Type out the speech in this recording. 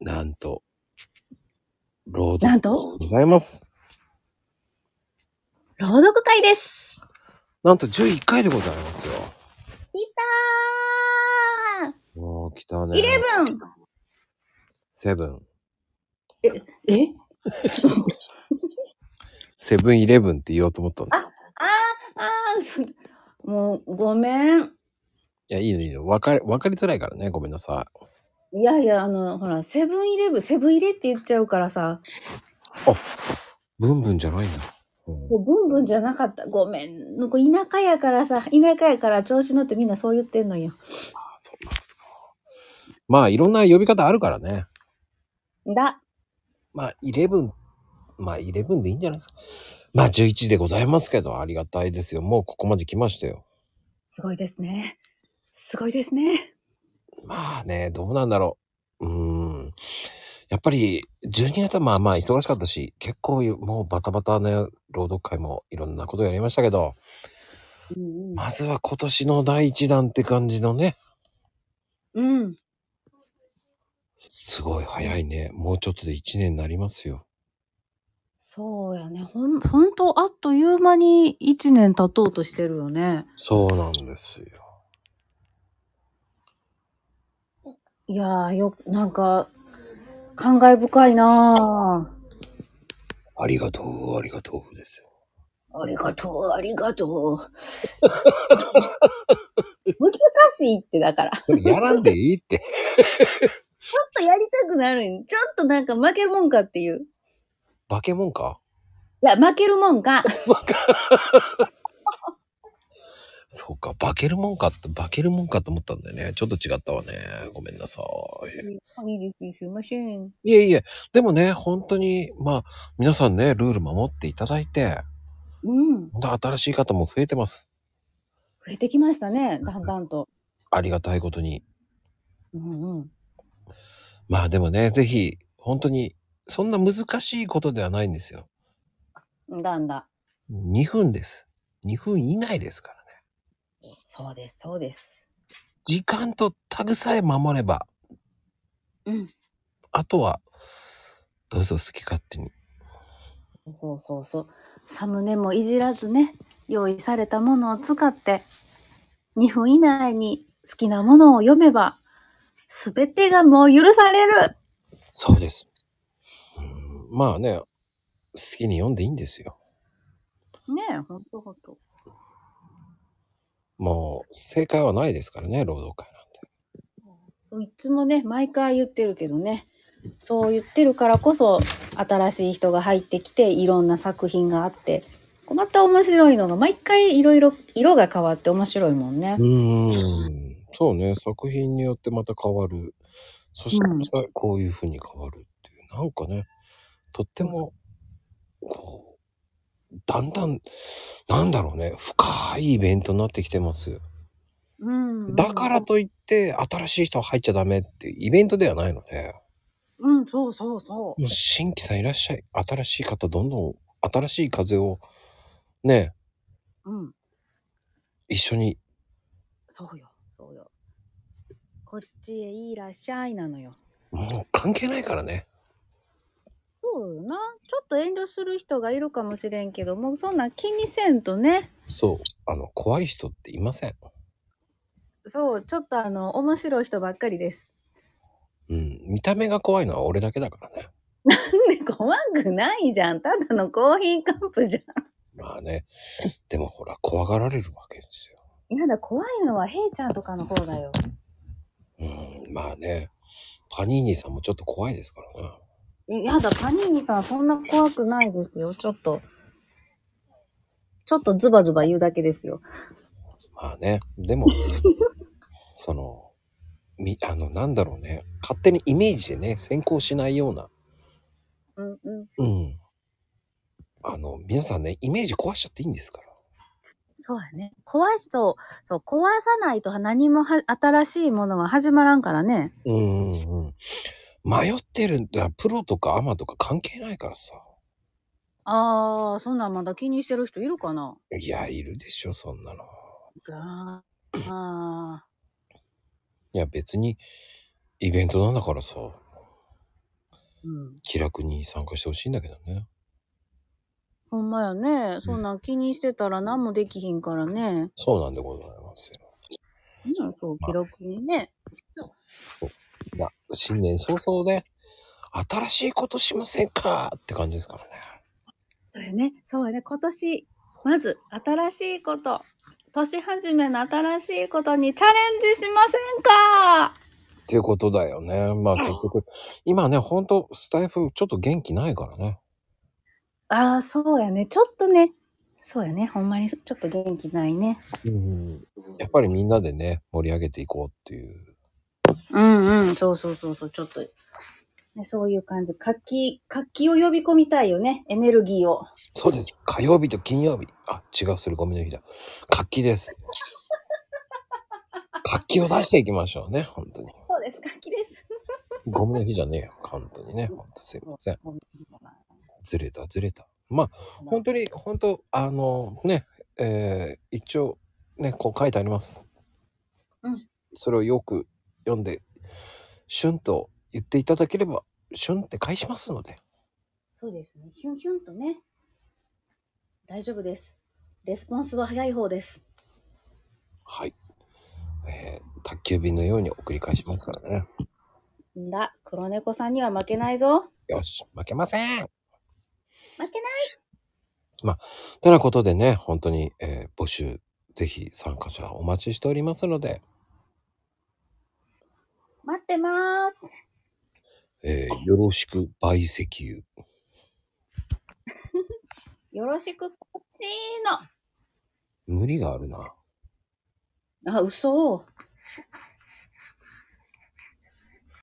なんと、朗読なんと、ございます。朗読会です。なんと11回でございますよ。いたもう来たーね。イレブンセブン。えちょっと待って。セブンイレブンって言おうと思ったの。ああーそう、もう、ごめん。いや、いいのいいの。わかり、わかりづらいからね。ごめんなさい。いやいや、あの、ほら、セブンイレブン、セブンイレって言っちゃうからさ、ブンブンじゃないんだ。うんもうブンブンじゃなかった。ごめん。なんか田舎やからさ、田舎やから調子乗ってみんなそう言ってんのよ。まあ、いろんな呼び方あるからね。だ。まあ、イレブン。まあ、イレブンでいいんじゃないですか。まあ、11でございますけど、ありがたいですよ。もうここまで来ましたよ。すごいですね。すごいですね。まあね、どうなんだろう。うーん。やっぱり、12月はまあまあ忙しかったし、結構もうバタバタね、朗読会もいろんなことやりましたけど、うんうんまずは今年の第一弾って感じのね、うん。すごい早いね。もうちょっとで1年になりますよ。そうやね。ほん、ほんと、あっという間に一年経とうとしてるよね。そうなんですよ。いやーよ、なんか、感慨深いなありがとう、ありがとうですよ。あありがとう、ありが とう。難しいってだから。ちょそれやらんでいいって。 っとやりたくなるんちょっとなんか負けるもんかっていう。い化け物かや、負けるもんか。そうか、化けるもんかって、化けるもんかと思ったんだよね。ちょっと違ったわね。ごめんなさい。いいです、すいません。いえいえ、でもね、本当に、まあ、皆さんね、ルール守っていただいて、うん。本当新しい方も増えてます。増えてきましたね、だんだんと。ありがたいことに。うんうん。まあでもね、ぜひ、本当に、そんな難しいことではないんですよ。だんだん。 2分です。2分以内ですからね。そうです、そうです。時間とタグさえ守れば、うん。あとは、どうぞ好き勝手に。そうそうそう。サムネもいじらずね、用意されたものを使って、2分以内に好きなものを読めば、すべてがもう許されるそうです。うんまあね、好きに読んでいいんですよ。ねえ、ほんとほんと。もう、正解はないですからね、労働会なんて。いつもね、毎回言ってるけどね、そう言ってるからこそ、新しい人が入ってきて、いろんな作品があって、こうまた面白いのが、毎回いろいろ色が変わって面白いもんね。うーんそうね作品によってまた変わるそしてうんこういうふうに変わるっていう、なんかねとってもこうだんだんなんだろうね深いイベントになってきてますようんだから。といって新しい人入っちゃダメっていうイベントではないのでうん、そうそうそう。もう新規さんいらっしゃい新しい方どんどん新しい風をねうん、一緒にそうよ、そうよ。こっちへいらっしゃいなのよ。もう関係ないからねそうよな。ちょっと遠慮する人がいるかもしれんけども、そんなん気にせんとね。そうあの怖い人っていませんそう、ちょっとあの、面白い人ばっかり です。うん、見た目が怖いのは俺だけだからね。ね、怖くないじゃん。ただのコーヒーカップじゃまあね。でもほら、怖がられるわけですよ。ん。なんだ、怖いのはヘイちゃんとかの方だよ。うん、まあね。パニーニさんもちょっと怖いですからね。いやだ、パニーニさんそんな怖くないですよ。ちょっと。ちょっとズバズバ言うだけですよ。まあね。でも、 その、み、あの、なんだろうね。勝手にイメージでね、先行しないような。うんうん。うん。あの、皆さんね、イメージ壊しちゃっていいんですから。そうやね。怖い人、そう、壊さないと何もは新しいものは始まらんからね。うんうんうん。迷ってるんだ。プロとかアマとか関係ないからさ。あー、そんなんまだ気にしてる人いるかないや、いるでしょ、そんなの。あーあいや別にイベントなんだからさうん。気楽に参加してほしいんだけどね。ほんまやね。そんなん気にしてたら何もできひんからね。そうなんでございますよ。うん、そう、気楽にね。いや、新年早々ね、新しいことしませんかって感じですからね。そうやね。そうやね。今年、まず、新しいこと。年始めの新しいことにチャレンジしませんかっていうことだよね。まあ結局、今ね、ほんとスタイフちょっと元気ないからね。ああ、そうやね。ちょっとね。そうやね。ほんまにちょっと元気ないね。うん。やっぱりみんなでね、盛り上げていこうっていう。うんうん。そうそうそうそう。ちょっと。ね、そういう感じ。活気、活気を呼び込みたいよね。エネルギーを。そうです。火曜日と金曜日。あ、違う、それゴミの日だ。活気 です。活気を出していきましょうね、本当に。そうです。活気です。ゴミの日じゃねえよ、本当にね。本当すいません。ずれた、ずれた。まあ、本当に、本当あの、ね、えー一応、ね、こう書いてあります。うんそれをよく読んで、シュンと言っていただければ、シュンって返しますので。そうですね。ヒュンヒュンとね。大丈夫です。レスポンスは早い方です。はい。えー宅急便のように送り返しますからね。んだ、黒猫さんには負けないぞ。よし、負けません負けない。てなことでね、本当に、えー募集、ぜひ参加者お待ちしておりますので、待ってます。えーよろしく、倍石油。よろしく、こっちー無理があるな。の。あ、嘘。